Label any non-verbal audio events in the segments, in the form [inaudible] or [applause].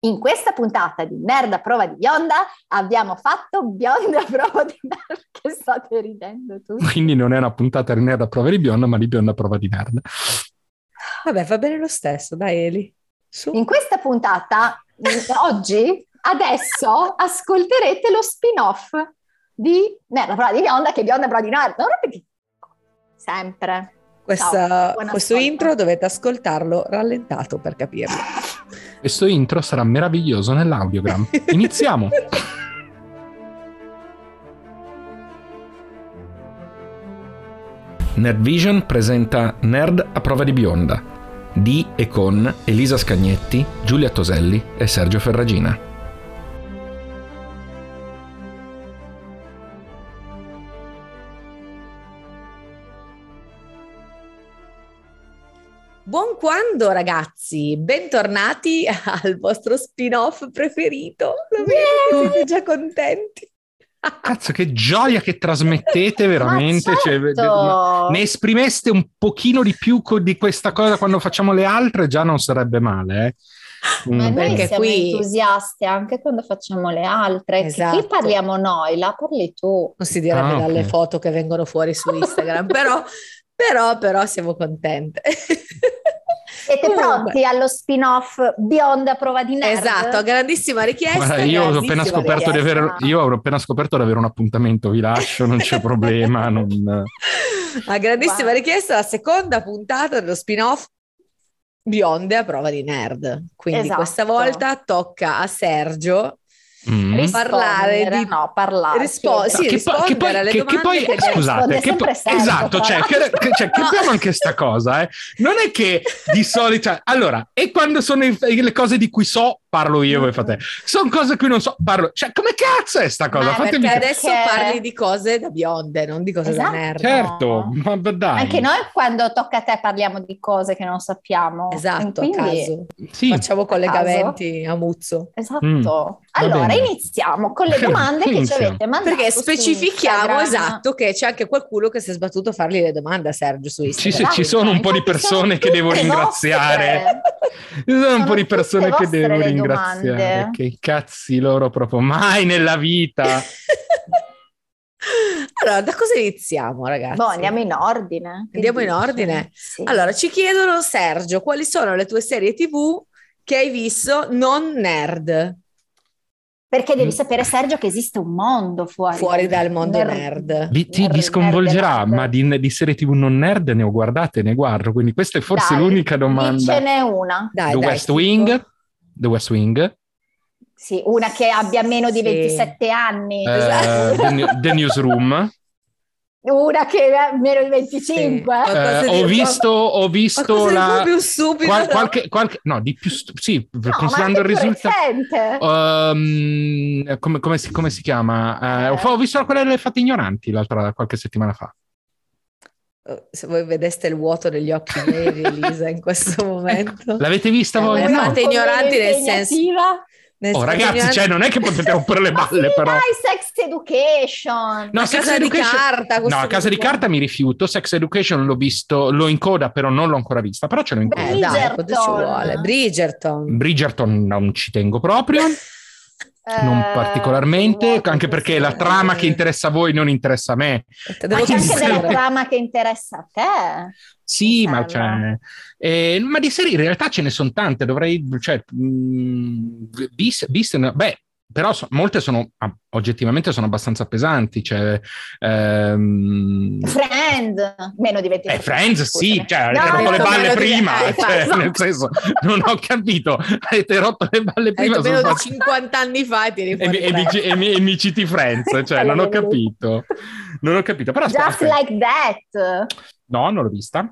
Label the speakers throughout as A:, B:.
A: In questa puntata di Merda Prova di Bionda abbiamo fatto Bionda [laughs] Prova di Merda, che state ridendo tutti.
B: Quindi non è una puntata di Nerd a prova di bionda, ma di bionda a prova di nerd.
C: Vabbè, va bene lo stesso, dai Eli. Su.
A: In questa puntata, mh, oggi, adesso, ascolterete lo spin-off di Merda Prova di Bionda, che è Bionda Prova di Nerd. Non ripeti sempre.
C: Questa-
A: Ciao, buon
C: questo
A: ascolto.
C: intro dovete ascoltarlo rallentato per capirlo.
B: Questo intro sarà meraviglioso nell'audiogram. [laughs] Iniziamo! Nerdvision presenta Nerd a prova di bionda di e con Elisa Scagnetti, Giulia Toselli e Sergio Ferragina.
C: Buon quando ragazzi, bentornati al vostro spin-off preferito. Lo vedo che siete già contenti.
B: Cazzo, che gioia che trasmettete veramente!
A: Ma
B: cioè,
A: certo!
B: ma- ne esprimeste un pochino di più co- di questa cosa quando facciamo le altre, già non sarebbe male. Eh?
A: Ma
B: Mm.
A: noi
C: Perché
A: siamo
C: qui-
A: entusiaste anche quando facciamo le altre. Che Qui
C: Esatto.
A: parliamo noi, la parli tu.
C: Non si direbbe
B: Ah, ok.
C: dalle foto che vengono fuori su
A: [laughs]
C: Instagram, però, però, però siamo contente.
A: Siete
C: Comunque.
A: pronti allo spin-off Bionda Prova di Nerd?
C: Esatto, a grandissima richiesta.
B: Guarda, io ho appena
C: grandissima
B: scoperto di
C: richiesta.
B: avere, io ho appena scoperto di avere un appuntamento, vi lascio, non c'è problema. non-
C: A grandissima
A: Wow.
C: richiesta, la seconda puntata dello spin-off Bionde a prova di nerd. Quindi
A: Esatto.
C: questa volta tocca a Sergio
B: Mm. Ah,
A: Rispondere,
C: Parlare di-
A: no, parlare.
C: rispo-
A: Pietro.
C: sì,
B: Che, poi- che poi,
C: rispondere alle
B: che- che
C: domande
B: poi-
C: che-
B: eh, scusate,
A: risponde
B: che
A: sempre
B: poi-
A: Sergio,
B: esatto,
A: tra
B: cioè, che,
A: l'altro.
B: che- cioè, capiamo anche sta cosa, eh. non è che di solito, cioè, allora, e quando sono i- le cose di cui so, parlo io, voi fate, sono cose di cui non so, parlo, cioè, come cazzo è sta cosa?
C: Ma perché
B: Fatemi capire.
C: adesso
A: Perché-
C: parli di cose da bionde, non di cose
A: Esatto.
C: da nerd.
B: Certo, ma dai.
A: Anche noi quando tocca a te parliamo di cose che non sappiamo.
C: Esatto,
A: Quindi-
C: a caso.
B: Sì.
C: Facciamo collegamenti a muzzo.
A: Esatto.
B: Mm, va
A: allora
B: bene.
A: iniziamo con le domande che ci
B: Iniziamo.
A: avete mandato.
C: Perché
A: su
C: specifichiamo
A: Instagram.
C: esatto che c'è anche qualcuno che si è sbattuto a fargli le domande a Sergio su
B: Ci,
C: Instagram.
B: se- ci sono un po' di persone che devo
A: Tutte boh,
B: ringraziare.
A: vostre.
B: Ci sono un
A: Sono
B: po' di
A: tutte
B: persone che
A: vostre
B: devo
A: le
B: ringraziare.
A: domande.
B: Che i cazzi loro proprio mai
A: [laughs]
B: nella vita.
C: [laughs] allora, da cosa iniziamo, ragazzi?
A: Boh, andiamo in ordine. che
C: Andiamo in
A: dici?
C: ordine.
A: Sì.
C: Allora, ci chiedono, Sergio, quali sono le tue serie TV che hai visto non nerd,
A: Perché
B: Mm.
A: devi sapere, Sergio, che esiste un mondo fuori,
C: fuori dal mondo nerd?
B: Vi, ti,
A: Nerd,
B: vi sconvolgerà,
A: nerd, nerd.
B: ma di, di serie TV non nerd ne ho guardate, ne guardo. Quindi questa è forse
A: Dai,
B: l'unica domanda.
A: Dicene una.
C: Dai,
B: The
C: dai,
B: West
C: tipo-
B: Wing. The West Wing. eh,
A: Sì, una che abbia meno di
C: Sì.
A: 27 anni.
B: eh,
A: [laughs] Esatto.
B: the, New- The Newsroom. Eh,
A: Una che ha meno di 25.
C: Sì.
B: Eh,
C: Qualcosa di-
B: ho visto, ho visto
C: Qualcosa di
B: la...
C: proprio stupido.
B: qual-
C: no?
B: qualche, qualche- no, di più... stu- sì,
A: No,
B: considerando il Oh,
A: ma Eh, anche più
B: risultato...
A: recente.
B: Ehm, come, come si, come si chiama? Eh,
A: Eh.
B: Ho visto quella delle fatte ignoranti l'altra qualche settimana fa.
C: Eh, Se voi vedeste il vuoto negli occhi miei
B: [laughs]
C: di Elisa in
B: Ecco.
C: questo momento.
B: L'avete vista voi?
C: Eh,
B: No.
C: fate ignoranti nel senso-
A: Impegnativa.
C: Nel
B: Oh,
C: senso,
B: ragazzi,
C: ogni-
B: cioè, non è che potete rompere le
A: Ma sì,
B: balle, però.
A: dai, Sex Education.
B: No,
C: La
B: Sex
C: casa di
B: Education-
C: carta, questo
B: No, Casa di
C: tipo.
B: Carta mi rifiuto. Sex Education l'ho visto, l'ho in coda, però non l'ho ancora vista. Però ce l'ho in coda.
C: Eh, dai, cosa ci
A: Bridgerton.
C: vuole? Bridgerton.
B: Bridgerton non ci tengo proprio,
A: Eh,
B: non particolarmente,
A: vuoto,
B: anche perché la
A: sì.
B: trama che interessa a voi non interessa a me.
C: Te devo
A: Ma c'è anche
B: dire.
A: della
C: dire.
A: trama che interessa a te.
B: Sì,
A: Mi
B: ma,
A: sembra.
B: cioè, eh, ma di serie in realtà ce ne sono tante, dovrei, cioè, mh, bis- bis- no, beh, però so- molte sono, ah, oggettivamente sono abbastanza pesanti, cioè, ehm,
A: Friend, meno di 20
B: eh, Friends sì, cioè, avete
A: No,
B: rotto le
C: no,
B: balle
C: meno di-
B: prima,
C: eh,
B: cioè,
A: esatto.
B: nel senso, non ho capito, avete rotto le balle
C: Hai
B: prima,
C: detto
B: sono
C: meno di
B: passati-
C: 50 anni fa e tieni
B: e, mi-
C: fuori
B: e, mi-
C: tre.
B: e mi- e mi citi Friends, cioè, non ho capito, non ho capito, però aspetta,
A: Just
B: aspetta.
A: like that.
B: no, non l'ho vista,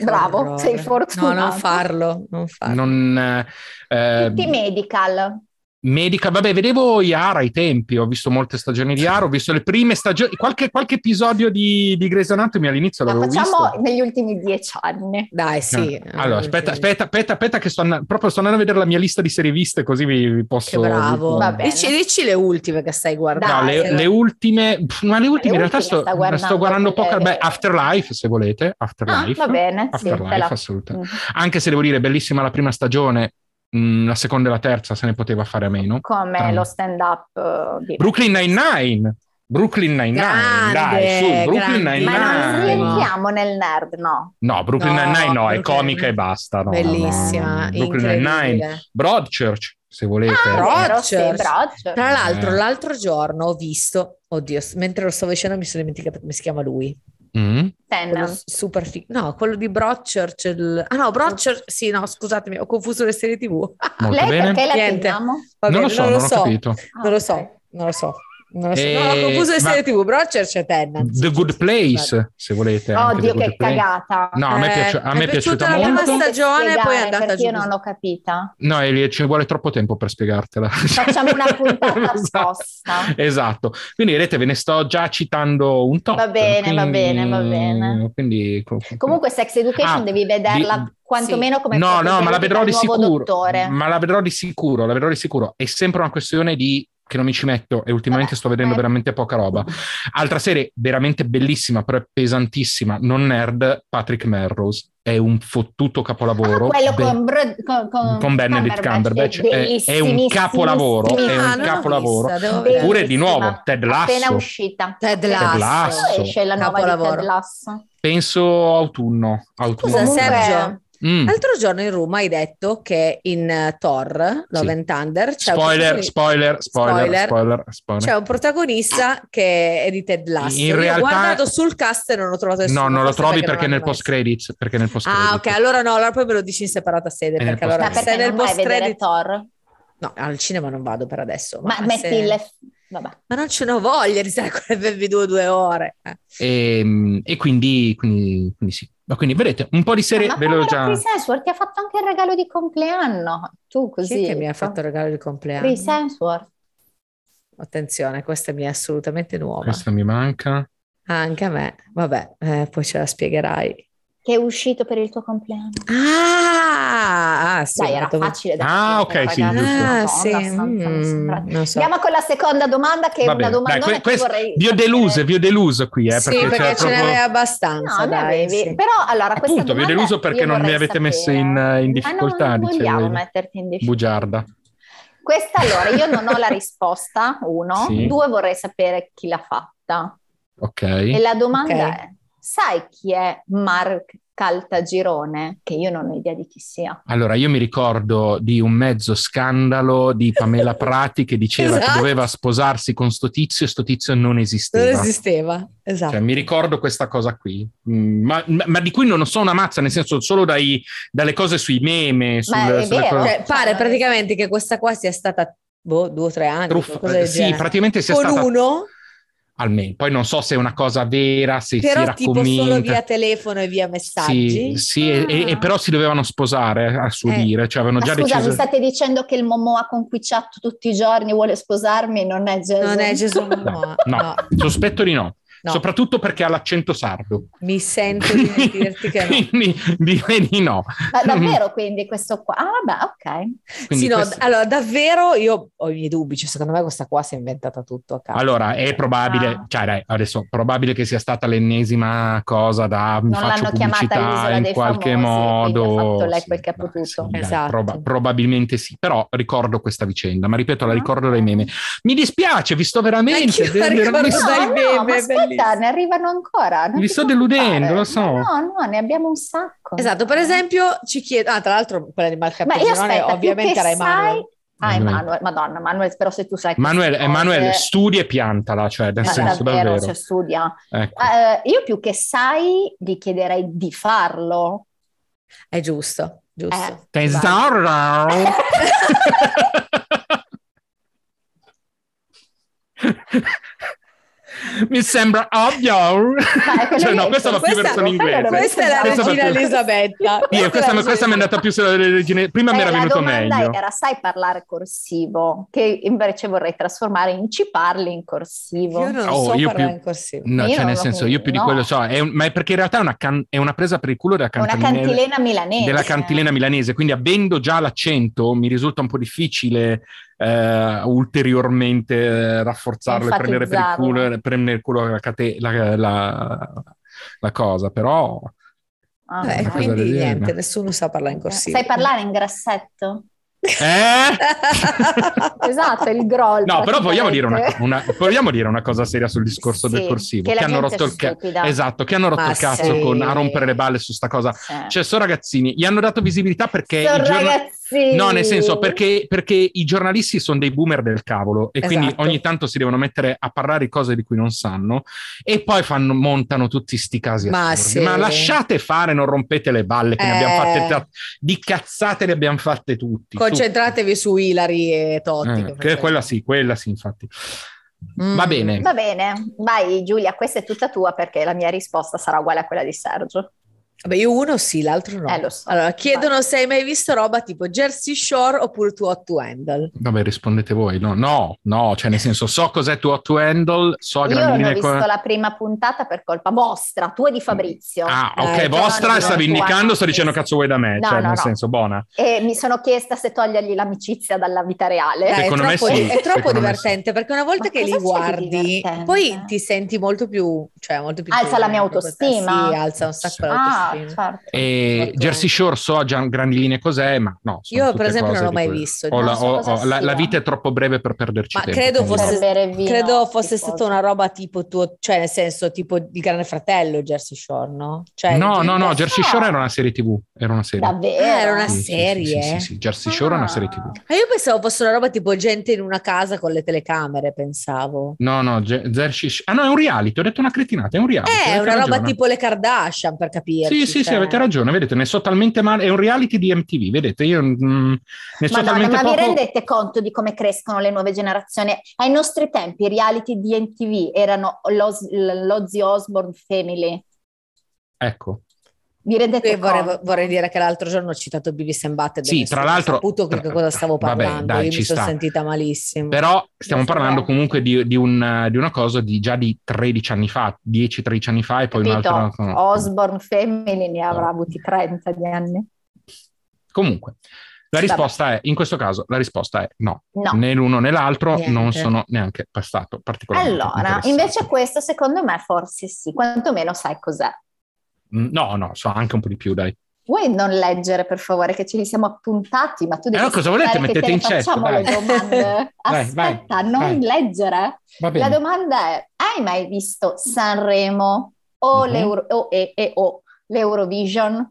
A: Bravo,
C: Cavolo.
A: sei fortunato.
C: No, non farlo, non farlo.
B: non... eh,
A: Tutti medical.
B: Medica, vabbè, vedevo Iara ai tempi, ho visto molte stagioni di Iara, ho visto le prime stagioni, qualche, qualche episodio di, di Grey's Anatomy all'inizio
A: La
B: l'avevo
A: facciamo
B: visto.
A: negli ultimi dieci anni.
C: Dai, sì.
B: Eh, Allora, aspetta, aspetta, aspetta, aspetta, che sto andando, proprio sto andando a vedere la mia lista di serie viste, così vi, vi posso...
C: Che bravo.
B: vi-
A: Va bene.
C: Dici, dici le ultime che stai
B: No,
C: guardando.
A: Dai,
B: le, le ultime, pff, ma le ultime in realtà
A: ultime
B: sto,
A: sta guardando
B: sto guardando
A: quelle-
B: poco, beh, Afterlife se volete,
A: Ah,
B: Afterlife,
A: va bene, sì, Mm. te
B: Afterlife
A: la-
B: assolutamente, anche se devo dire bellissima la prima stagione, mh, la seconda e la terza se ne poteva fare a meno.
A: come
B: Tra-
A: lo stand up di
B: Brooklyn Nine-Nine. Brooklyn Nine-Nine,
C: Grande,
B: dai, su, Brooklyn
C: grande.
A: ma non
B: Nine-Nine.
C: rientriamo.
A: rientriamo nel nerd no
B: No, Brooklyn
C: No,
B: Nine-Nine no, è
C: Brooklyn-
B: comica e basta. no, no, no, no.
C: Bellissima,
B: Brooklyn Nine-Nine.
C: incredibile.
B: Broadchurch, se volete.
A: ah, vero, sì,
C: Broadchurch.
A: Broadchurch.
C: Tra l'altro,
B: Eh.
C: l'altro giorno ho visto, oddio, s- mentre lo stavo dicendo mi sono dimenticata come si chiama lui.
B: Mm.
A: Tennant.
C: Quello s- super figo. No, quello di Broadchurch. il- Ah no, Broadchurch, sì, no, scusatemi, ho confuso le serie [laughs] TV.
B: Molto
A: lei
B: bene.
A: perché la
C: Niente.
A: chiamiamo?
C: Va
B: non
C: bene,
B: lo so, non, ho capito.
A: Ah,
C: Non lo
A: ok.
C: so, non lo so. Non lo so.
B: Eh,
C: No, ho confuso le
B: ma-
C: serie TV, Broadchurch e Tennant.
B: The Good Place, se volete. anche
A: Oddio
B: The Good
A: che
B: Place.
A: cagata.
B: No, a me,
C: Eh,
B: piace- a
C: mi
B: me
C: è
B: è piaciuta
C: piaciuta la
B: molto.
C: prima stagione,
A: Spiegare,
C: poi è andata
A: perché io
C: giù.
A: non l'ho capita.
B: No, Elie, ci vuole troppo tempo per spiegartela.
A: Facciamo
B: [laughs]
A: una puntata
B: Esatto.
A: apposta.
B: Esatto, quindi vedete ve ne sto già citando un top.
A: Va bene, va
B: quindi-
A: bene, va bene.
B: Quindi,
A: Comunque Sex Education
B: Ecco. Ah,
A: devi vederla
B: di-
A: quantomeno come
B: no, no, ma la
A: proprio
B: vedrò
A: dal
B: di
A: nuovo
B: sicuro.
A: dottore.
B: Ma la vedrò di sicuro, la vedrò di sicuro. È sempre una questione di che non mi ci metto e ultimamente sto vedendo
A: eh.
B: veramente poca roba. Altra serie veramente bellissima, però è pesantissima, non nerd, Patrick Melrose. È un fottuto
A: Ah,
B: capolavoro.
A: quello
B: Beh,
A: con, Br- con, con-
B: con Benedict Cumberbatch, è, è un
A: bellissimissimo.
B: capolavoro, è
A: Ah,
C: non
B: un
C: l'ho
B: capolavoro.
C: vista, devo vedere.
B: Oppure di
A: Bellissima.
B: nuovo Ted
A: Appena
B: Lasso,
A: uscita.
C: Ted Lasso.
B: Lasso.
A: Esce la nuova di
C: Capolavoro.
A: Ted Lasso.
B: penso autunno. autunno.
C: Scusa,
A: Comunque- cioè,
C: Sergio,
B: Mm.
C: l'altro giorno in Roma hai detto che in eh, Thor, Love and Thunder, c'è un
B: Spoiler,
C: protagonista-
B: spoiler, spoiler,
C: Spoiler.
B: spoiler, spoiler.
C: C'è un protagonista che è di Ted Lasso.
B: In
C: Io
B: realtà-
C: ho guardato sul cast e non ho trovato nessuno.
B: No, non lo
C: forse
B: trovi
C: non
B: perché,
C: l'hanno
B: nel
C: messo.
B: post credits, perché nel post credits.
C: Ah, ok, allora no, allora poi me lo dici in separata sede,
B: È nel
C: perché allora
A: Ma
B: post-credit.
C: se
A: perché
C: nel
A: non vai a
C: post
A: vedere
C: credit
A: Thor?
C: No, al cinema non vado per adesso, ma,
A: Ma metti
C: se-
A: il... Vabbè.
C: ma non ce n'ho voglia di stare [laughs] con le baby due due ore. eh.
B: Ehm, E, e quindi, quindi, quindi sì. Ma quindi vedete, un po' di serie
A: Ah, Ma
B: ve l'ho
A: povero
B: già...
A: Chris Hemsworth ti ha fatto anche il regalo di compleanno. Tu
C: Chi
A: così. ecco.
C: è che mi ha fatto il regalo di compleanno?
A: Chris Hemsworth.
C: Attenzione, questa mi è assolutamente nuova. Ah,
B: Questa mi manca.
C: Anche a me. Vabbè, eh, poi ce la spiegherai.
A: Che è uscito per il tuo compleanno.
C: Ah, ah sì,
A: Dai,
C: ho
A: era
C: fatto-
A: facile da
B: Ah,
A: capire,
B: ok, sì,
A: ragazzi.
B: giusto.
C: Ah,
A: Madonna,
C: sì,
A: santa,
C: mm,
A: sembra-
C: non so.
A: Andiamo con la seconda domanda che è
B: Va
A: una
B: bene, dai,
A: domanda
B: que-
A: che
B: quest-
A: vorrei
B: Vi ho
A: sapere.
B: deluso, vi ho deluso qui, eh,
C: Sì,
B: perché,
C: perché,
B: c'è
C: ce
B: proprio...
C: ne aveva
A: No,
C: abbastanza,
A: ne
C: dai,
A: avevi.
C: sì.
A: Però allora questa
B: Appunto, vi ho
A: domanda
B: deluso perché
A: io
B: non mi
A: vorrei
B: avete messo
A: sapere.
B: in, eh, in
A: Ma non-
B: difficoltà,
A: non vogliamo
B: dicevo.
A: metterti in difficoltà.
B: Bugiarda.
A: Questa allora, io non ho la risposta, uno.
B: Sì.
A: Due, vorrei sapere chi l'ha fatta.
B: Ok.
A: E la domanda
C: Ok.
A: è, sai chi è Mark Caltagirone? Che io non ho idea di chi sia.
B: Allora, io mi ricordo di un mezzo scandalo di
C: [laughs]
B: Pamela Prati che diceva che
C: Esatto.
B: doveva sposarsi con sto tizio e sto tizio non esisteva.
C: Non esisteva, esatto.
B: Cioè, mi ricordo questa cosa qui, Mm, ma, ma- ma di cui non so una mazza, nel senso solo dai- dalle cose sui meme, sul,
A: è
B: sulle
A: vero.
B: cose-
C: Cioè, pare praticamente che questa qua sia stata boh, due o tre anni,
B: truffa.
C: qualcosa del
B: eh, Sì,
C: genere.
B: praticamente sia
C: con
B: stata
C: uno,
B: almeno. Poi non so se è una cosa vera, se si
C: però tipo solo
B: raccomenta.
C: via telefono e via
B: Sì,
C: messaggi.
B: sì, e- e,
A: Ah.
B: e però si dovevano sposare a suo
C: Eh.
B: dire, cioè avevano
A: Ma
B: già
A: scusa, mi
B: deciso.
A: Ah, state dicendo che il Momoa con cui chatto tutti i giorni vuole sposarmi non è Gesù?
C: Non è Gesù Momoa,
B: No,
C: no,
B: sospetto di no.
C: no.
B: Soprattutto perché ha l'accento sardo.
C: mi sento
B: [laughs]
C: di dirti che no.
B: Quindi [laughs] direi di no.
A: [laughs] Ma davvero quindi questo qua? Ah, vabbè, ok.
B: Quindi
C: sì, no,
B: questo-
C: allora davvero io ho i miei dubbi, cioè, secondo me questa qua si è inventata tutto a caso.
B: Allora, è probabile,
A: Ah.
B: cioè dai, adesso probabile che sia stata l'ennesima cosa da mi
A: Non
B: faccio
A: l'hanno chiamata
B: pubblicità
A: l'isola
B: in
A: dei
B: qualche
A: famosi,
B: modo.
A: quindi ha fatto lei
B: Sì,
A: quel che ha
B: dai,
A: potuto.
B: sì, dai,
C: Esatto.
B: proba- probabilmente sì, però ricordo questa vicenda, ma ripeto, la
A: Ah,
B: ricordo
A: ok.
B: dai meme. Mi dispiace, vi sto veramente
C: Anch'io la
B: ver-
C: ricordo
B: veramente-
A: No,
C: dai
A: no,
C: meme,
A: ma aspetta,
C: bellissimo.
A: ne arrivano ancora. non
B: Vi
A: ti
B: sto
A: preoccupare.
B: deludendo, lo so.
A: No, no, ne abbiamo un sacco.
C: Esatto, per esempio ci chiedo, ah tra l'altro quella di
A: Ma io
C: Malcapellone
A: aspetta,
C: ovviamente
A: più
C: era
A: che
C: Emanuele.
A: sai... Ah,
B: Emanuele.
A: Emanuele, madonna, Emanuele, però se tu sai queste
B: Manuel,
A: cose-
B: Emanuele, studi e piantala, cioè nel
A: Ma
B: senso
A: davvero,
B: davvero.
A: cioè, studia.
B: Ecco.
A: Eh, io più che sai, gli chiederei di farlo. Eh,
C: È giusto, giusto.
B: Tesoro! [laughs] Mi sembra ovvio.
A: Ma è quello
B: Cioè,
A: lì,
B: no, questa va più
C: questa-
B: verso
A: quella
B: l'inglese.
A: dove-
C: Questa è la
A: Questa
C: regina
B: va più-
C: Elisabetta.
B: Sì,
C: è
B: questa,
C: la
B: questa mi è andata più sulla regine. Prima mi
A: Eh,
B: era
A: la
B: venuto
A: domanda
B: meglio.
A: era, sai parlare corsivo? Che invece vorrei trasformare in ci parli in corsivo.
C: Io non
B: Oh,
C: so
B: io
C: parlare
B: più-
C: in corsivo.
B: No,
A: Io
B: cioè,
A: non
B: nel
A: lo
B: senso, io più di
A: no.
B: quello so, è un- ma è perché in realtà è una, can- è una presa per il culo della
A: È Una
B: cantilena,
A: cantilena milanese.
B: della cantilena milanese. Quindi, avendo già l'accento, mi risulta un po' difficile eh, ulteriormente eh, rafforzarlo e prendere per il culo,
A: Enfatizzarlo.
B: prendere il culo la, cate- la- la- la cosa. Però,
A: Ah,
C: Vabbè,
A: ok. Eh,
B: cosa del
C: Eh, quindi
B: genere.
C: niente, nessuno sa parlare in corsivo.
A: Sai parlare in grassetto?
B: [laughs] Eh?
A: Esatto, il groll.
B: No, però vogliamo dire una,
A: praticamente.
B: una- vogliamo dire una cosa seria sul discorso del
A: Sì,
B: corsivo.
A: che, la
B: hanno
A: gente
B: rotto
A: è
B: il cazzo.
A: stupida.
B: Esatto, che hanno rotto
C: Ma
B: il cazzo
C: sì.
B: con, a rompere le balle su sta cosa.
A: Sì.
B: Cioè, so ragazzini, gli hanno dato visibilità perché
A: Sono
B: i giorna-
A: ragazzini.
B: No, nel senso, perché, perché i giornalisti sono dei boomer del cavolo e quindi
C: Esatto.
B: ogni tanto si devono mettere a parlare di cose di cui non sanno e poi fanno- montano tutti sti casi
C: Ma
B: assurdi.
C: sì.
B: Ma lasciate fare, non rompete le balle, che ne abbiamo
C: Eh.
B: fatte tra- di cazzate ne abbiamo fatte tutti.
C: Concentratevi su Ilari e
B: tutti.
C: Totti.
B: Eh,
C: che
B: che
C: facevano.
B: quella sì, quella sì, infatti.
C: Mm.
B: Va bene.
A: Va bene, vai Giulia, questa è tutta tua perché la mia risposta sarà uguale a quella di Sergio.
C: Vabbè, io uno sì, l'altro no.
A: Eh, lo so.
C: Allora, chiedono se hai mai visto roba tipo Jersey Shore oppure tu Hot to Handle.
B: Vabbè, rispondete voi. No, no, no, cioè nel senso, so cos'è tuo to handle, so a
A: Io
B: grandi
A: non ho
B: linee
A: visto
B: co-
A: la prima puntata per colpa vostra, tua e di Fabrizio.
B: Ah,
C: Eh,
B: ok,
C: cioè,
B: vostra,
C: no,
B: e
C: no,
B: stavi
A: tua,
B: indicando, sto
A: sì,
B: dicendo
A: sì.
B: cazzo vuoi da me,
A: No,
B: cioè
A: no,
B: nel
A: no.
B: senso, buona.
A: E mi sono chiesta se togliergli l'amicizia dalla vita reale.
C: Dai, è
B: Secondo me
C: troppo,
B: sì,
C: è troppo
B: secondo me
C: divertente perché una volta
A: Ma
C: che
A: cosa
C: li
A: c'è di
C: guardi,
A: divertente?
C: poi ti senti molto più, cioè molto più
A: Alza la mia
C: giovane, proprio te.
A: autostima.
C: Sì, alza un sacco
B: Sì.
A: Ah,
C: l'autostima.
A: certo.
B: E
C: Molto-
B: Jersey Shore so a gian- grandi linee cos'è, ma no. sono
C: Io, per
B: tutte
C: esempio,
B: cose
C: non l'ho
B: di
C: mai
B: cui-
C: visto.
B: Ho
A: Non
B: la,
A: so
B: ho-
A: cosa
B: ho- la- la
A: sia.
B: vita è troppo breve per perderci
C: Ma
B: tempo.
C: credo
B: quindi-
C: fosse-
A: Per bere vino,
C: Credo fosse
A: tipo.
C: stata una roba tipo tuo, cioè nel senso tipo il Grande Fratello Jersey Shore, no? Cioè,
B: No,
C: il-
B: no, no,
A: No.
B: Jersey Shore era una serie tv, era una serie.
A: Davvero?
C: Ah, era una
B: Sì, sì, sì,
C: serie? Ah.
B: Sì, sì, sì, Jersey Shore è una serie tv.
C: Ma io pensavo fosse una roba tipo gente in una casa con le telecamere, pensavo.
B: No, no, Ge- Jersey Shore. Ah no, è un reality, ho detto una cretinata, è un reality.
C: Eh,
B: avete
C: una roba
B: ragione.
C: tipo cioè. le Kardashian, per capire.
B: Sì, sì, sì, avete ragione, vedete, ne so talmente male, è un reality di MTV, vedete, io mm, ne so
A: Madonna,
B: talmente
A: ma vi
B: poco.
A: rendete conto di come crescono le nuove generazioni? Ai nostri tempi i reality di MTV erano l'Oz- l'Ozzy Osbourne Family.
B: Ecco.
A: Vi rendete
C: E vorrei,
A: conto?
C: vorrei dire che l'altro giorno ho citato Bibi Sembate.
B: Sì, tra l'altro...
C: Ho saputo che
B: tra-
C: cosa stavo
B: vabbè,
C: parlando.
B: dai,
C: Io
B: ci
C: mi sono
B: sta.
C: sentita malissimo.
B: Però stiamo
A: Mi sembra-
B: parlando comunque di, di un- di una cosa di già di 13 anni fa, 10-13 anni fa e poi
A: Capito?
B: un'altra. no.
A: Osborne Family ne
B: Esatto.
A: avrà avuti 30 di anni.
B: Comunque, la risposta è, in questo caso, la risposta è no.
A: No.
B: Né l'uno né l'altro
C: Niente.
B: non sono neanche passato particolarmente.
A: Allora,
B: interessato.
A: invece questo secondo me forse sì, quantomeno sai cos'è.
B: Mm, No, no, so anche un po' di più, dai.
A: Vuoi non leggere per favore che ce li siamo appuntati, ma tu devi
B: allora, Eh, cosa volete?
A: aspettare che te
B: Mettete
A: ne
B: in chat,
A: facciamo le
B: dai.
A: domande.
B: [laughs] Vai, vai,
A: Aspetta, non
B: vai.
A: leggere.
B: Va
A: La
B: bene.
A: domanda è: hai mai visto Sanremo o,
B: Mhm.
A: l'Euro- o- e, e- o l'Eurovision?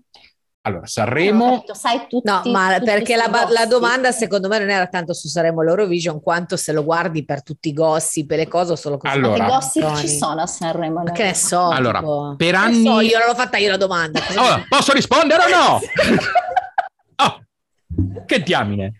B: Allora,
A: Non ho
B: Sanremo...
A: capito, sai tutti.
C: No, ma
A: tutti
C: perché la,
A: sti
C: ba- la
A: gossip.
C: domanda secondo me non era tanto su Saremo l'Eurovision quanto se lo guardi per tutti i gossip e le cose o solo così.
A: Ma
B: Allora.
A: che gossip ci
C: Toni.
A: sono a Sanremo?
C: Ma che ne so.
B: Allora,
C: tipo-
B: per
C: Che ne so,
B: anni-
C: io non l'ho fatta io
B: [laughs]
C: la domanda. cosa
B: Allora, posso rispondere o no?
A: [laughs]
B: Oh, che diamine.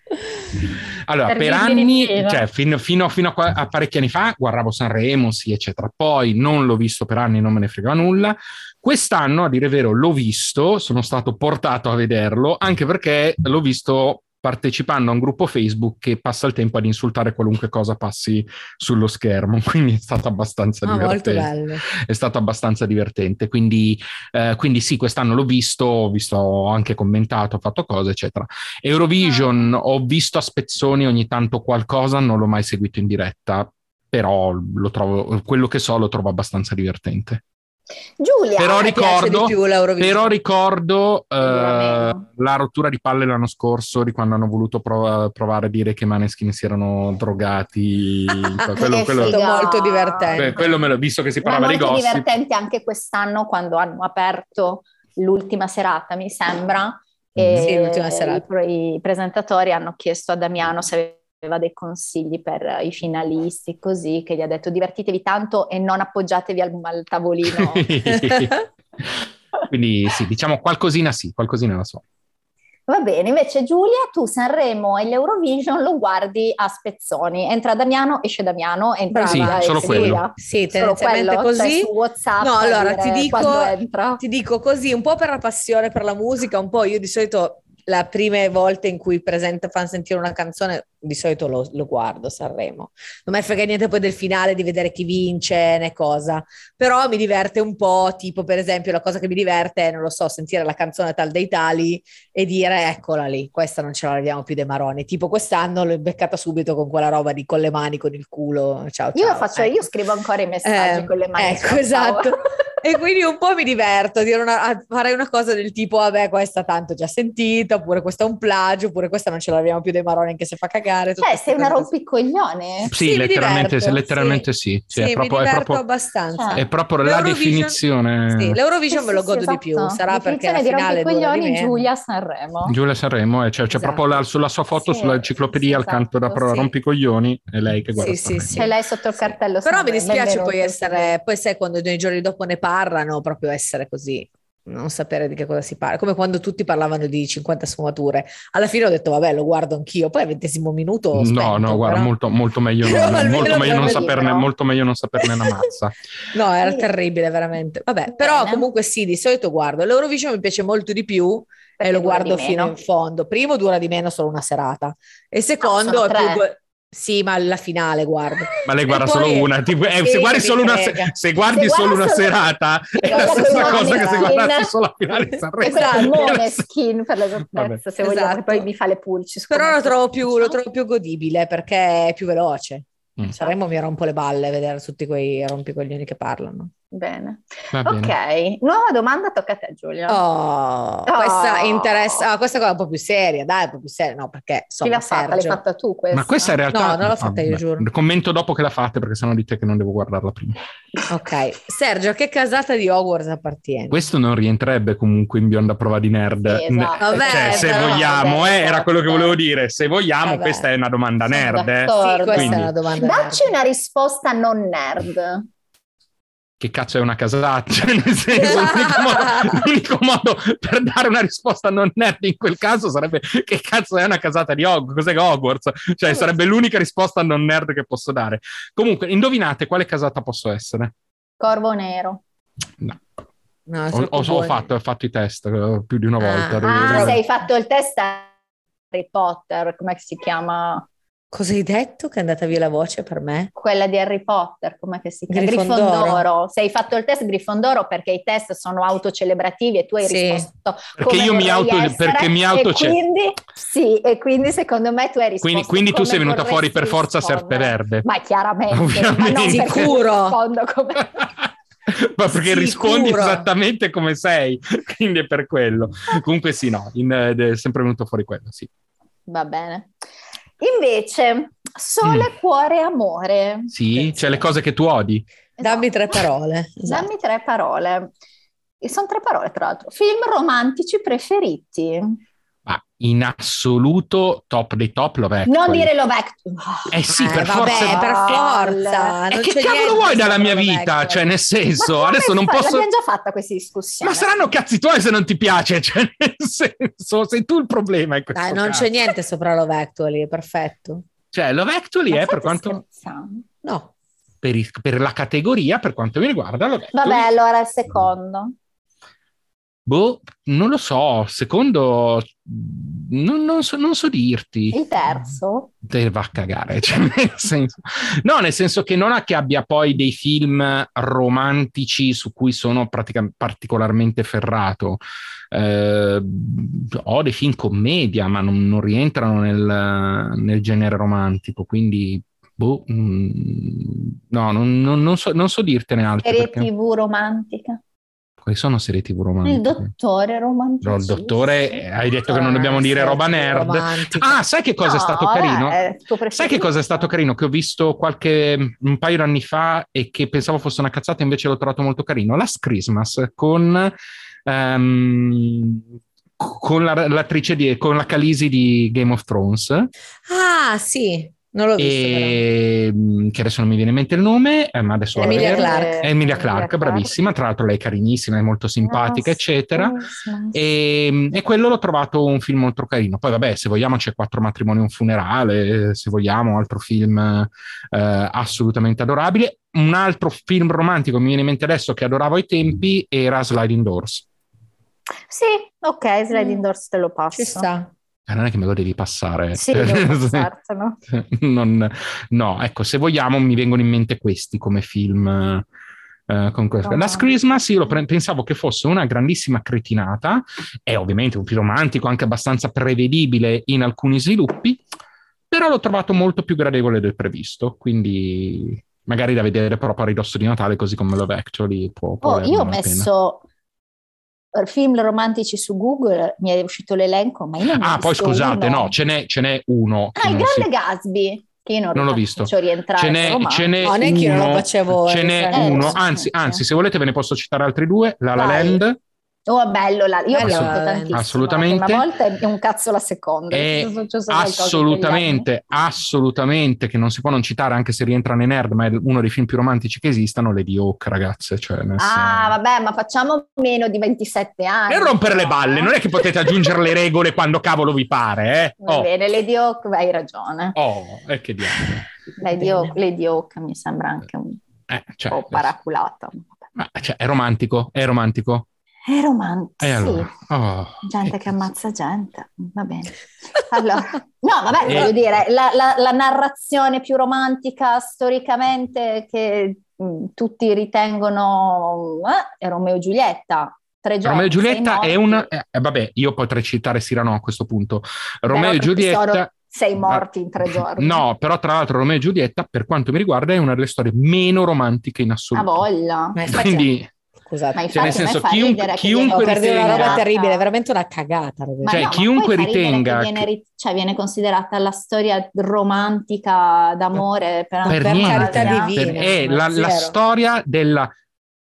B: Allora, per
A: Terribile
B: anni,
A: intero.
B: cioè fin- fino, fino a, qua- a parecchi anni fa, guardavo Sanremo, sì, eccetera. Poi non l'ho visto per anni, non me ne fregava nulla. Quest'anno, a dire vero, l'ho visto, sono stato portato a vederlo, anche perché l'ho visto partecipando a un gruppo Facebook che passa il tempo ad insultare qualunque cosa passi sullo schermo, [laughs] quindi è stato abbastanza
C: Ah, molto
B: divertente
C: bello.
B: è stato abbastanza divertente. Quindi, eh, quindi sì, quest'anno l'ho visto, ho visto, ho anche commentato, ho fatto cose, eccetera. Eurovision
A: Ah.
B: ho visto a spezzoni ogni tanto qualcosa, non l'ho mai seguito in diretta, però lo trovo, quello che so lo trovo abbastanza divertente.
A: Giulia, eh,
B: Però
C: A me piace
B: ricordo-
C: di più l'Eurovision.
B: Però ricordo eh,
A: Veramente.
B: la rottura di palle l'anno scorso di quando hanno voluto prov- provare a dire che i Maneskin si erano drogati. quello,
A: Ah, che
B: quello,
A: figa.
C: Molto divertente.
B: que- quello me lo, visto che si
A: Ma
B: parlava di
A: molto
B: gossip.
A: divertente anche quest'anno quando hanno aperto l'ultima serata, mi sembra.
B: Mm-hmm.
A: E
C: Sì, l'ultima serata.
A: I, i presentatori hanno chiesto a Damiano se aveva dei consigli per eh, i finalisti, così che gli ha detto divertitevi tanto e non appoggiatevi al, al
B: [laughs]
A: tavolino. eh,
B: Quindi sì, diciamo qualcosina sì, qualcosina la so.
A: Va bene, invece Giulia, tu Sanremo e l'Eurovision lo guardi a spezzoni. Entra Damiano, esce Damiano, entra
C: Brava.
B: Sì,
A: Giulia,
B: solo
A: esce
B: quello.
A: Giulia.
C: Sì,
A: Solo
C: tendenzialmente
A: quello? Cioè,
C: così.
A: su WhatsApp
C: No,
A: a
C: allora
A: dire
C: ti
A: quando
C: dico,
A: entra.
C: ti dico così, un po' per la passione per la musica, un po' io di solito la prime volte in cui presento fanno sentire una canzone, di solito lo, lo guardo Sanremo. Non mi frega niente poi del finale di vedere chi vince né cosa, però mi diverte un po', tipo per esempio la cosa che mi diverte è, non lo so, sentire la canzone tal dei tali e dire eccola lì, questa non ce la leviamo più dei maroni. Tipo quest'anno l'ho beccata subito con quella roba di con le mani, con il culo, ciao ciao.
A: Io, faccio,
C: ecco.
A: io scrivo ancora i messaggi
C: Eh,
A: con le mani.
C: ecco,
A: sulla
C: esatto.
A: tavola.
C: E quindi un po' mi diverto a, dire una, a fare una cosa del tipo, vabbè, questa tanto già sentita, oppure questa è un plagio, oppure questa non ce l'abbiamo più dei maroni anche se fa cagare.
A: [laughs]
C: tutte
A: Cioè, sei
C: queste
A: una
C: cose.
A: rompicoglione.
B: Sì,
C: Esatto. Eh, Sì, mi
B: letteralmente,
C: diverto,
B: sì, letteralmente sì. Sì,
C: Sì,
B: è proprio, è
C: mi diverto
B: proprio- Eh.
C: abbastanza.
A: Eh.
B: è proprio la
C: L'Eurovision-
B: definizione.
C: Sì, l'Eurovision me diciamo, lo
A: Sì, sì,
C: godo
A: esatto.
C: di più, sarà perché la
A: Definizione di
C: finale dura di
A: rompicoglioni
C: meno.
A: Giulia Sanremo.
B: Giulia Sanremo, eh, cioè, c'è
C: Esatto.
B: proprio la- sulla sua foto,
A: Sì,
B: sull'enciclopedia,
A: sì,
B: al canto da
A: esatto,
B: pro,
A: sì.
B: rompicoglioni, è lei che guarda.
C: Sì, sì,
B: Sanremo.
C: sì.
A: C'è lei sotto il
C: Sì.
A: cartello.
C: Però mi
A: Sanremo,
C: dispiace poi
A: benvenuto.
C: essere, poi sai quando nei giorni dopo ne parlano, proprio essere così, non sapere di che cosa si parla, come quando tutti parlavano di 50 sfumature. Alla fine ho detto, vabbè, lo guardo anch'io, poi al ventesimo minuto... ho
B: No,
C: spento,
B: no, guarda,
C: però-
B: molto, molto
C: [laughs]
B: meglio non,
C: Almeno
B: molto meglio non
C: quello
B: saperne,
A: libero.
B: molto meglio non saperne una mazza.
C: No, era
A: Sì.
C: terribile, veramente. Vabbè, però
A: Bene.
C: comunque sì, di solito guardo. L'Eurovision mi piace molto di più e
A: Perché
C: lo
A: dura
C: guardo
A: di
C: fino
A: meno.
C: in fondo. Primo dura di meno solo una serata e secondo
A: sono
C: è più...
A: tre. Ah,
C: gu- Sì, ma la finale guardo.
B: Ma lei
C: E
B: guarda
C: poi-
B: solo una, tipo, eh,
C: Sì,
B: se guardi
C: mi
B: solo una,
C: frega.
B: se- se
A: Se
B: guardi solo
A: guarda
B: una
A: solo-
C: [laughs]
B: serata è la
A: guarda
B: stessa
A: solo
B: cosa che se
A: Monica.
B: guardassi solo la finale di Sanremo.
A: E quella
C: Esatto.
A: Mone skin per
B: Vabbè.
A: l'esattezza, se vogliamo,
C: Esatto.
A: che poi mi fa le pulci.
C: Però lo trovo, più, lo
A: Diciamo.
C: trovo più godibile perché è più veloce.
B: Mm.
C: Saremmo mi rompo le balle a vedere tutti quei rompicoglioni che parlano.
A: Bene.
B: Va bene.
A: Ok, nuova domanda, tocca a te Giulia.
C: Oh, questa interessa. ah, questa cosa è un po' più seria, dai, un po' più seria. No, perché
A: Chi
C: insomma,
A: l'ha fatta? L'hai
C: Sergio-
A: fatta tu questa?
B: Ma questa in realtà...
C: No, non l'ho fatta io,
B: vabbè,
C: giuro.
B: Commento dopo che la fate perché sennò dite che non devo guardarla prima.
C: Ok, Sergio, a che casata di Hogwarts appartiene?
B: Questo non rientrerebbe comunque in Bionda Prova di Nerd.
A: Sì, esatto.
B: N-
C: Vabbè,
B: cioè, se
C: però, esatto.
B: vogliamo,
A: vabbè,
B: eh, era quello che
A: vabbè.
B: volevo dire. Se vogliamo,
C: Vabbè.
B: questa è una domanda
A: Sono
B: nerd. eh.
A: d'accordo.
C: Sì, questa
B: Quindi-
C: è una domanda.
A: Dacci
C: nerd.
A: una risposta non nerd.
B: Che cazzo è una casata? [laughs] Cioè, nel senso, l'unico,
C: [laughs]
B: modo, l'unico modo per dare una risposta non nerd in quel caso sarebbe che cazzo è una casata di Hogwarts? Cos'è che Hogwarts? Cioè, sarebbe l'unica risposta non nerd che posso dare. Comunque, indovinate quale casata posso essere?
A: Corvo nero.
B: No.
C: No,
B: Ho,
C: sono
B: ho-
C: più
B: ho
C: buoni.
B: fatto, ho fatto i test eh, più di una volta.
C: Ah,
B: Devo-
A: Ah,
B: devo-
A: se hai fatto il test a Harry Potter, come si chiama?
C: Cosa hai detto che è andata via la voce per me?
A: Quella di Harry Potter, come che si chiama?
C: Grifondoro.
A: Se hai fatto il test Grifondoro perché i test sono autocelebrativi e tu hai
C: Sì.
A: risposto
B: Perché
A: come
B: io mi
A: vorrei
B: auto-
A: essere,
B: perché mi
A: e
B: autoce-
A: quindi, sì, e quindi secondo me tu hai risposto
B: Quindi, quindi tu
A: come
B: sei venuta fuori per
A: vorresti
B: forza
A: rispondere.
B: serpeverde.
A: Ma chiaramente, ma non
B: Ovviamente.
A: perché
C: Sicuro.
A: rispondo come...
B: [laughs] Ma perché
C: Sicuro.
B: rispondi esattamente come sei, [laughs] quindi è per quello. Comunque sì, no, in- ed è sempre venuto fuori quello, sì.
A: Va bene. Invece,
B: Mm.
A: sole, cuore, e amore.
B: Sì, cioè le cose che tu odi.
C: Dammi
A: Esatto.
C: tre parole. Esatto.
A: Dammi tre parole. E sono tre parole, tra l'altro. Film romantici preferiti.
B: Eh, Ma in assoluto top dei top lo vecchio.
A: Non dire Lovecchio.
B: Eh sì,
C: Eh,
B: per
C: vabbè,
B: forza.
C: per forza.
A: Eh,
B: Eh,
C: non
B: che
C: c'è
B: cavolo
C: niente
B: vuoi
C: che
B: dalla mia
C: sono
B: vita?
C: vecchio.
B: Cioè, nel senso,
A: Ma
B: adesso
A: come
B: non
A: fai?
B: posso...
A: L'abbiamo già fatta questa discussione.
C: Cioè,
B: Ma saranno cazzi tuoi se non ti piace, [laughs] cioè, nel senso, sei tu il problema in questo
C: Dai, non
B: caso.
C: c'è niente sopra lo Vector lì, è perfetto.
B: Cioè, lo vecchio lì
A: Ma
B: è
A: state
B: per quanto...
A: scherzando?
C: No,
B: per, il- per la categoria, per quanto mi riguarda, lo metto
A: Vabbè,
B: lì.
A: allora il secondo.
B: Boh, non lo so, secondo... Non, non so, non so dirti.
A: Il terzo.
B: Te va a cagare, [laughs] cioè, nel senso... No, nel senso che non è che abbia poi dei film romantici su cui sono pratica- particolarmente ferrato. Eh, ho dei film commedia, ma non, non rientrano nel, nel genere romantico, quindi... Boh, mm, no, non, non- non so, non so dirtene altri.
A: Serie
B: Eh, perché-
A: TV romantica.
B: Quali sono serie TV romantiche?
A: Il dottore romantico.
B: No, il dottore, eh, hai detto che non
C: Ah,
B: dobbiamo dire roba nerd.
C: romantico.
B: Ah, sai che cosa è stato carino? Sai
A: Sai
B: che cosa è stato carino? Che ho visto qualche mm, un paio di anni fa e che pensavo fosse una cazzata, invece l'ho trovato molto carino. Last Christmas con, ehm, con la- l'attrice di con la Calisi di Game of Thrones.
C: Ah, sì, non l'ho visto. però.
B: E, mh, che adesso non mi viene in mente il nome, eh, ma adesso vado a
C: Emilia
B: vedere.
C: Clarke. Ah,
B: È Emilia Clark, bravissima. Tra l'altro, lei è carinissima, è molto simpatica, eccetera. Ehm, E, e quello l'ho trovato un film molto carino. Poi, vabbè, se vogliamo, c'è Quattro matrimoni e un funerale. eh, Se vogliamo, altro film eh, assolutamente adorabile. Un altro film romantico mi viene in mente adesso che adoravo ai tempi era Sliding Doors.
A: Sì, ok, Sliding
C: Mm.
A: Doors te lo
C: Ci
A: passo.
C: sta.
B: Eh, Non è che me lo devi passare.
A: Sì,
B: [laughs]
A: devo passartelo.
B: Non- no, ecco, se vogliamo, mi vengono in mente questi come film. eh, con questo.
A: No.
B: Last Christmas io lo pre- pensavo che fosse una grandissima cretinata, è ovviamente un film romantico anche abbastanza prevedibile in alcuni sviluppi, però l'ho trovato molto più gradevole del previsto, quindi magari da vedere proprio a ridosso di Natale, così come Love Actually può, può
A: Oh,
B: valerne
A: io ho
B: la pena.
A: messo film romantici su Google, mi è uscito l'elenco, ma io non ne ho
B: Ah, poi
A: visto
B: scusate,
A: uno.
B: no, ce n'è, ce n'è uno. che
A: Ah, il
B: non si-
A: grande Gatsby, che io non,
B: Non l'ho
A: non
B: visto.
A: faccio rientrare,
B: Ce n'è,
A: insomma.
B: ce n'è
C: No, neanche io non
B: uno,
C: lo facevo,
B: ce n'è
A: eh,
B: uno.
A: sì,
B: Anzi,
A: sì.
B: anzi, se volete ve ne posso citare altri due. La La
A: Vai.
B: Land
A: Oh, è bello, la... io ho
C: Bello,
A: visto
C: eh,
A: tantissimo.
B: assolutamente.
A: La prima volta è un cazzo la seconda.
B: è
A: Sono successe delle cose
B: assolutamente, assolutamente, che non si può non citare, anche se rientra nei nerd, ma è uno dei film più romantici che esistano, Lady Hawk, ragazze. Cioè, nel
A: in quegli anni. Ah,
B: senso-
A: vabbè, ma facciamo meno di 27 anni.
B: E rompere le balle, non è che potete aggiungere le regole quando cavolo vi pare, eh?
A: [laughs] Va
B: Oh,
A: bene, Lady Hawk, hai ragione.
B: oh, e che diavolo.
A: Lady
C: Bene.
A: Hawk, Lady Hawk mi sembra anche un
B: Eh, cioè,
A: po' paraculata. Vabbè.
B: ma- cioè, è romantico, è romantico.
A: È romantico,
B: E allora? Oh,
A: Gente
B: eh,
A: che ammazza gente, va bene. Allora, no, vabbè,
B: Eh.
A: voglio dire, la, la- la narrazione più romantica storicamente che mh, tutti ritengono eh, è Romeo e Giulietta. Tre giorni,
B: Romeo e Giulietta
A: sei morti.
B: è una... eh, eh, vabbè, io potrei citare Sirano a questo punto.
A: Beh,
B: Romeo e
A: perché sono
B: Giulietta...
A: sei morti
B: [laughs]
A: in tre giorni.
B: No, però tra l'altro Romeo e Giulietta, per quanto mi riguarda, è una delle storie meno romantiche in
A: A
B: assoluto.
A: voglia.
C: Ma infatti,
B: Quindi,
C: [laughs] scusate,
A: Ma infatti
B: cioè, nel
A: a me
B: senso,
A: fa
B: chiunque-
A: ridere che
B: chiunque
C: stavo
A: viene
C: per dire una roba
A: considerata-
C: terribile, è veramente una cagata.
A: Ma
C: ragazzi.
B: Cioè,
A: no, ma
B: chiunque
A: poi fa ridere che
B: ritenga
A: viene,
B: che-
A: ri- cioè, viene considerata la storia romantica d'amore per,
B: per,
C: per
B: niente,
C: carità
B: per-
C: divina,
B: è
C: ma
B: la, la
C: zero.
B: storia della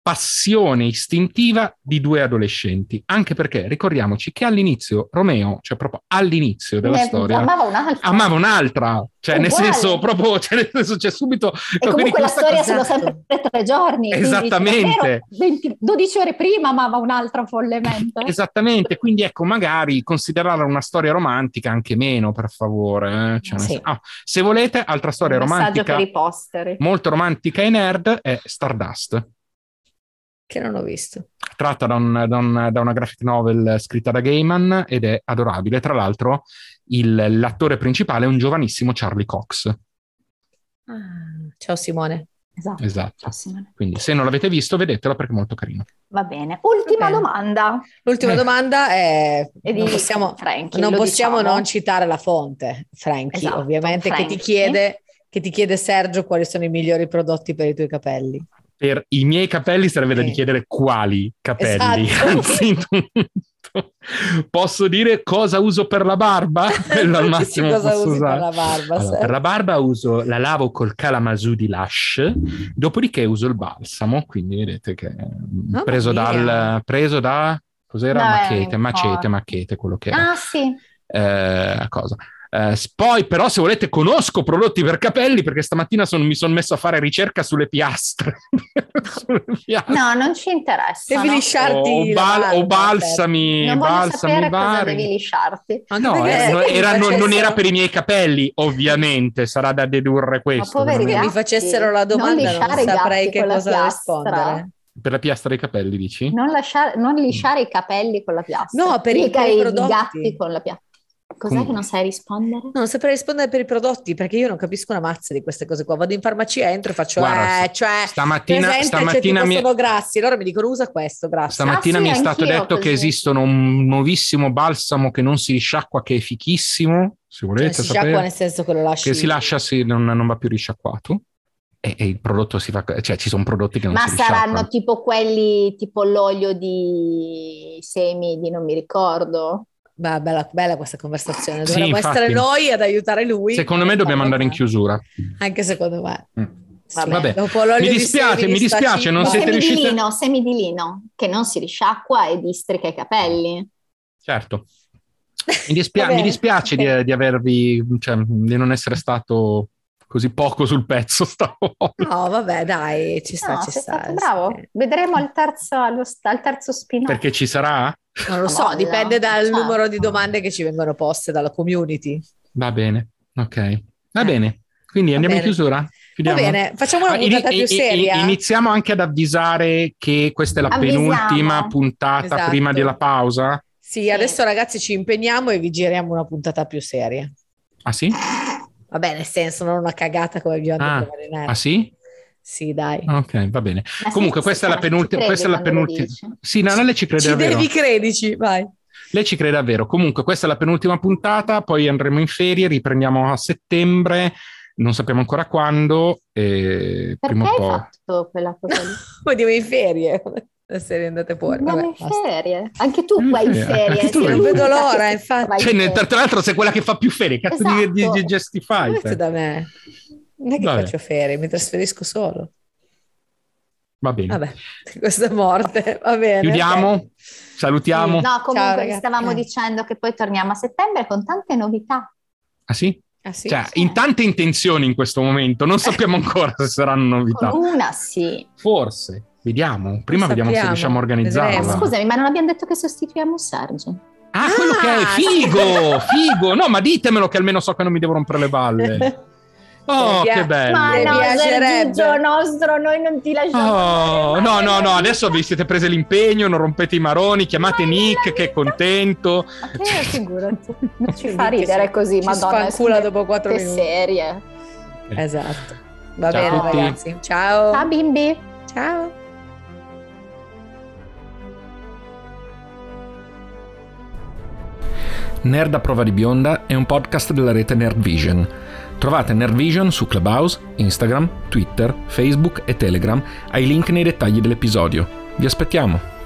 B: passione istintiva di due adolescenti. Anche perché ricordiamoci che all'inizio Romeo, cioè proprio all'inizio della
A: Ne-
B: storia,
A: amava un'altra.
B: amava un'altra, cioè nel
A: Uguale.
B: senso proprio cioè, nel senso, c'è subito
A: E
B: quindi
A: comunque la
B: questa
A: storia sono
B: cosa-
A: sempre tre giorni. quindi
B: Esattamente.
A: davvero 20 12 ore prima amava un altro follemente.
B: Esattamente, quindi ecco, magari considerarla una storia romantica anche meno, per favore. eh. Cioè, nel
C: Sì.
B: sen- ah, se volete, altra storia
A: Un messaggio
B: romantica,
A: per i posteri.
B: molto romantica e nerd, è Stardust.
C: Che non ho visto.
B: tratta da, un- da un- da una graphic novel scritta da Gaiman ed è adorabile. Tra l'altro, il- l'attore principale è un giovanissimo Charlie Cox.
C: Ciao Simone.
A: Esatto.
B: Esatto.
A: Simone.
B: Quindi, se non l'avete visto, vedetelo perché è molto carino.
A: Va bene. Ultima
C: Va bene.
A: domanda.
C: L'ultima
B: Eh.
C: domanda è:
A: E di
C: non possiamo,
A: Frankie,
C: non,
A: lo
C: possiamo
A: diciamo.
C: non citare la fonte, Frankie,
A: Esatto,
C: ovviamente, che
A: Frankie.
C: ti chiede. Che ti chiede Sergio quali sono i migliori prodotti per i tuoi capelli.
B: Per i miei capelli sarebbe da
C: Sì.
B: chiedere quali capelli. [laughs]
C: Esatto.
B: Anzitutto, posso dire cosa uso per la barba?
C: [laughs]
B: Quello al
C: Dici
B: massimo che
C: cosa
B: posso
C: usi
B: usare.
C: per la barba?
B: Allora,
C: Sergio?
B: per la barba uso la lavo col Kalamazoo di Lush, dopodiché uso il balsamo, quindi vedete che eh,
C: Mamma
B: preso,
C: mia.
B: dal, preso da cos'era?
A: Dai,
B: macete,
A: un
B: macete,
A: po'.
B: macete, quello che era.
A: Ah, sì.
B: Eh, cosa. Eh, s- poi però se volete conosco prodotti per capelli perché stamattina son- mi sono messo a fare ricerca sulle piastre. [laughs] Sulle piastre.
A: No, non ci interessa.
C: Devi
A: no.
C: lisciarti
B: o,
C: la
B: bal- o
C: barba,
B: balsami,
A: Non voglio
B: balsami
A: sapere cosa
B: vari. Ah,
A: devi lisciarti.
C: Sergio.
B: No,
C: Anche perché
B: era-
C: se mi
B: era- non, non era
C: facessero-
B: per i
A: [laughs]
B: miei capelli, ovviamente, sarà da dedurre
A: Ma
B: questo.
A: poveri
B: veramente.
C: Se mi
A: gatti,
C: facessero la domanda
A: non
C: non,
A: lisciare i gatti
C: saprei che
A: con la
C: cosa
A: piastra.
C: rispondere.
B: Per la piastra dei capelli, dici?
A: Non, lasciare, non lisciare i capelli con la piastra.
C: No, per i-
A: Mica
C: per i
A: i
C: prodotti.
A: gatti con la piastra. Cos'è
B: Comunque.
A: che non sai rispondere?
C: No, non saprei rispondere per i prodotti perché io non capisco una mazza di queste cose qua. Vado in farmacia, entro e faccio
B: Guarda,
C: eh, cioè
B: Stamattina,
C: presente,
B: stamattina
C: cioè, tipo,
B: mi...
C: sono grassi. Loro mi dicono usa questo, grazie.
B: Stamattina
A: Ah, sì,
B: mi è stato
A: anch'io
B: detto che
A: così.
B: esistono un nuovissimo balsamo che non si risciacqua, che è fichissimo. Se
C: Cioè,
B: volete
C: si
B: sapere,
C: sciacqua nel senso che lo lasci.
B: che si lascia, si- non, non va più risciacquato. E, e il prodotto si fa, cioè ci sono prodotti che non
A: Ma
B: si risciacquano.
A: saranno tipo quelli, tipo l'olio di semi di non mi ricordo.
C: Beh, bella, bella questa conversazione.
B: Sì,
C: Dovremmo
B: infatti.
C: essere noi ad aiutare lui.
B: Secondo me dobbiamo andare in chiusura.
C: Anche secondo me.
B: Mm.
C: Sì,
B: Vabbè.
C: dopo l'olio
B: Mi
C: di
B: dispiace,
C: semi
B: mi
C: di sta
B: dispiace, non
C: cippa.
B: siete
A: semi di
B: riusciti-
A: lino, semi di lino, che non si risciacqua e districa i capelli.
B: Certo. Mi, dispia-
C: [laughs] Va bene,
B: mi dispiace di-
C: ok.
B: di, avervi, cioè, di non essere stato così poco sul pezzo [laughs] stavolta.
C: No, vabbè, dai, ci sta,
A: No,
C: ci
A: sei
C: sta.
A: stato bravo.
C: sì.
A: Vedremo al terzo, allo st- al terzo spin-off.
B: Perché ci sarà?
C: Non lo so,
A: Molla.
C: dipende dal
A: Certo.
C: numero di domande che ci vengono poste dalla community.
B: Va bene, ok. Va
C: Eh.
B: bene. Quindi
C: Va
B: andiamo
C: bene.
B: in chiusura?
C: Va
B: Chiudiamo?
C: bene, facciamo una
B: Ah, ini-
C: puntata più
B: e- e-
C: seria.
B: iniziamo anche ad avvisare che questa è la
A: Avvisiamo.
B: penultima puntata
C: Esatto.
B: prima della pausa.
C: Sì, adesso ragazzi ci impegniamo e vi giriamo una puntata più seria.
B: Ah sì?
C: Vabbè, nel senso, non una cagata come Beyond
B: Ah,
C: the Marinette.
B: Ah sì?
C: Sì, dai.
B: Ah, Ok, va bene.
A: Ma
B: Comunque
A: sì,
B: questa è
A: sì,
B: la
A: ci
B: penultima.
A: credi
B: Questa è la
A: quando lo
B: penultima.
A: dici?
B: Sì, no, no, lei ci crede
C: Ci
B: davvero.
C: devi credici, vai.
B: Lei ci crede davvero. Comunque, questa è la penultima puntata, poi andremo in ferie, riprendiamo a settembre. non sappiamo ancora quando, e
A: Perché
B: prima o
A: hai
B: poi.
A: fatto quella cosa lì?
C: Andiamo in ferie. [laughs] La serie è andata fuori.
A: Andiamo
C: Vabbè,
A: in
C: basta.
A: ferie. Anche tu
B: Andiamo
A: vai
B: in
A: in
B: ferie.
A: ferie.
B: Eh, Anche tu
A: sei
B: vai in
C: non
A: l'unica
C: vedo l'ora,
A: che
C: infatti.
A: vai in
B: Cioè, nel-
A: ferie.
B: tra tra l'altro sei quella che fa più ferie, cazzo di, di, di
A: Esatto.
B: gesti
C: Come
B: fai.
C: fate da me? Non è che
B: Vabbè.
C: faccio ferie, mi trasferisco solo.
B: Mm. Va bene.
C: Vabbè, [laughs] questa morte, va bene.
B: Chiudiamo?
C: ok.
B: Salutiamo.
A: No,
C: Ciao,
A: comunque vi
C: ragazzi.
A: stavamo
C: Eh.
A: dicendo che poi torniamo a settembre con tante novità.
B: Ah sì?
C: Ah, sì? [laughs]
B: cioè, in tante intenzioni in questo momento, non sappiamo ancora se saranno novità.
A: Con una sì.
C: Eh,
B: Forse, vediamo. Prima
C: Non
B: vediamo se riusciamo
C: sappiamo.
A: Ma
B: a
C: Eh,
B: organizzarla.
C: Vedremo. ma-
A: scusami, ma non abbiamo detto che sostituiamo Sergio.
B: Ah, quello che è
C: Ah,
B: figo, [laughs] figo. No, ma ditemelo che almeno so che non mi devo rompere
A: [laughs]
B: le balle. Oh,
C: Via-
B: che bello.
A: Ma
C: Mi
A: no,
C: piacerebbe.
A: Sergio nostro, noi non ti lasciamo.
B: Oh,
A: andare, ma
B: no, no,
A: che
B: no,
A: novità.
B: adesso vi siete presi l'impegno, non rompete i maroni, chiamate
A: Ma
B: Nick
A: la
B: che è
A: vita.
B: contento.
A: Ma che
C: [laughs]
A: figurati. Non ci
C: Quindi
A: fa
C: che
A: ridere
C: si-
A: così,
C: ci
A: madonna.
C: spancula
A: che-
C: dopo quattro
A: che
C: minuti.
A: serie.
C: Esatto. Va
B: Ciao a
C: bene,
B: tutti.
C: ragazzi. Ciao.
A: Ciao bimbi.
C: Ciao.
B: Nerd a prova di bionda è un podcast della rete Nerd Vision. Trovate Nerd Vision su Clubhouse, Instagram, Twitter, Facebook e Telegram ai link nei dettagli dell'episodio. Vi aspettiamo!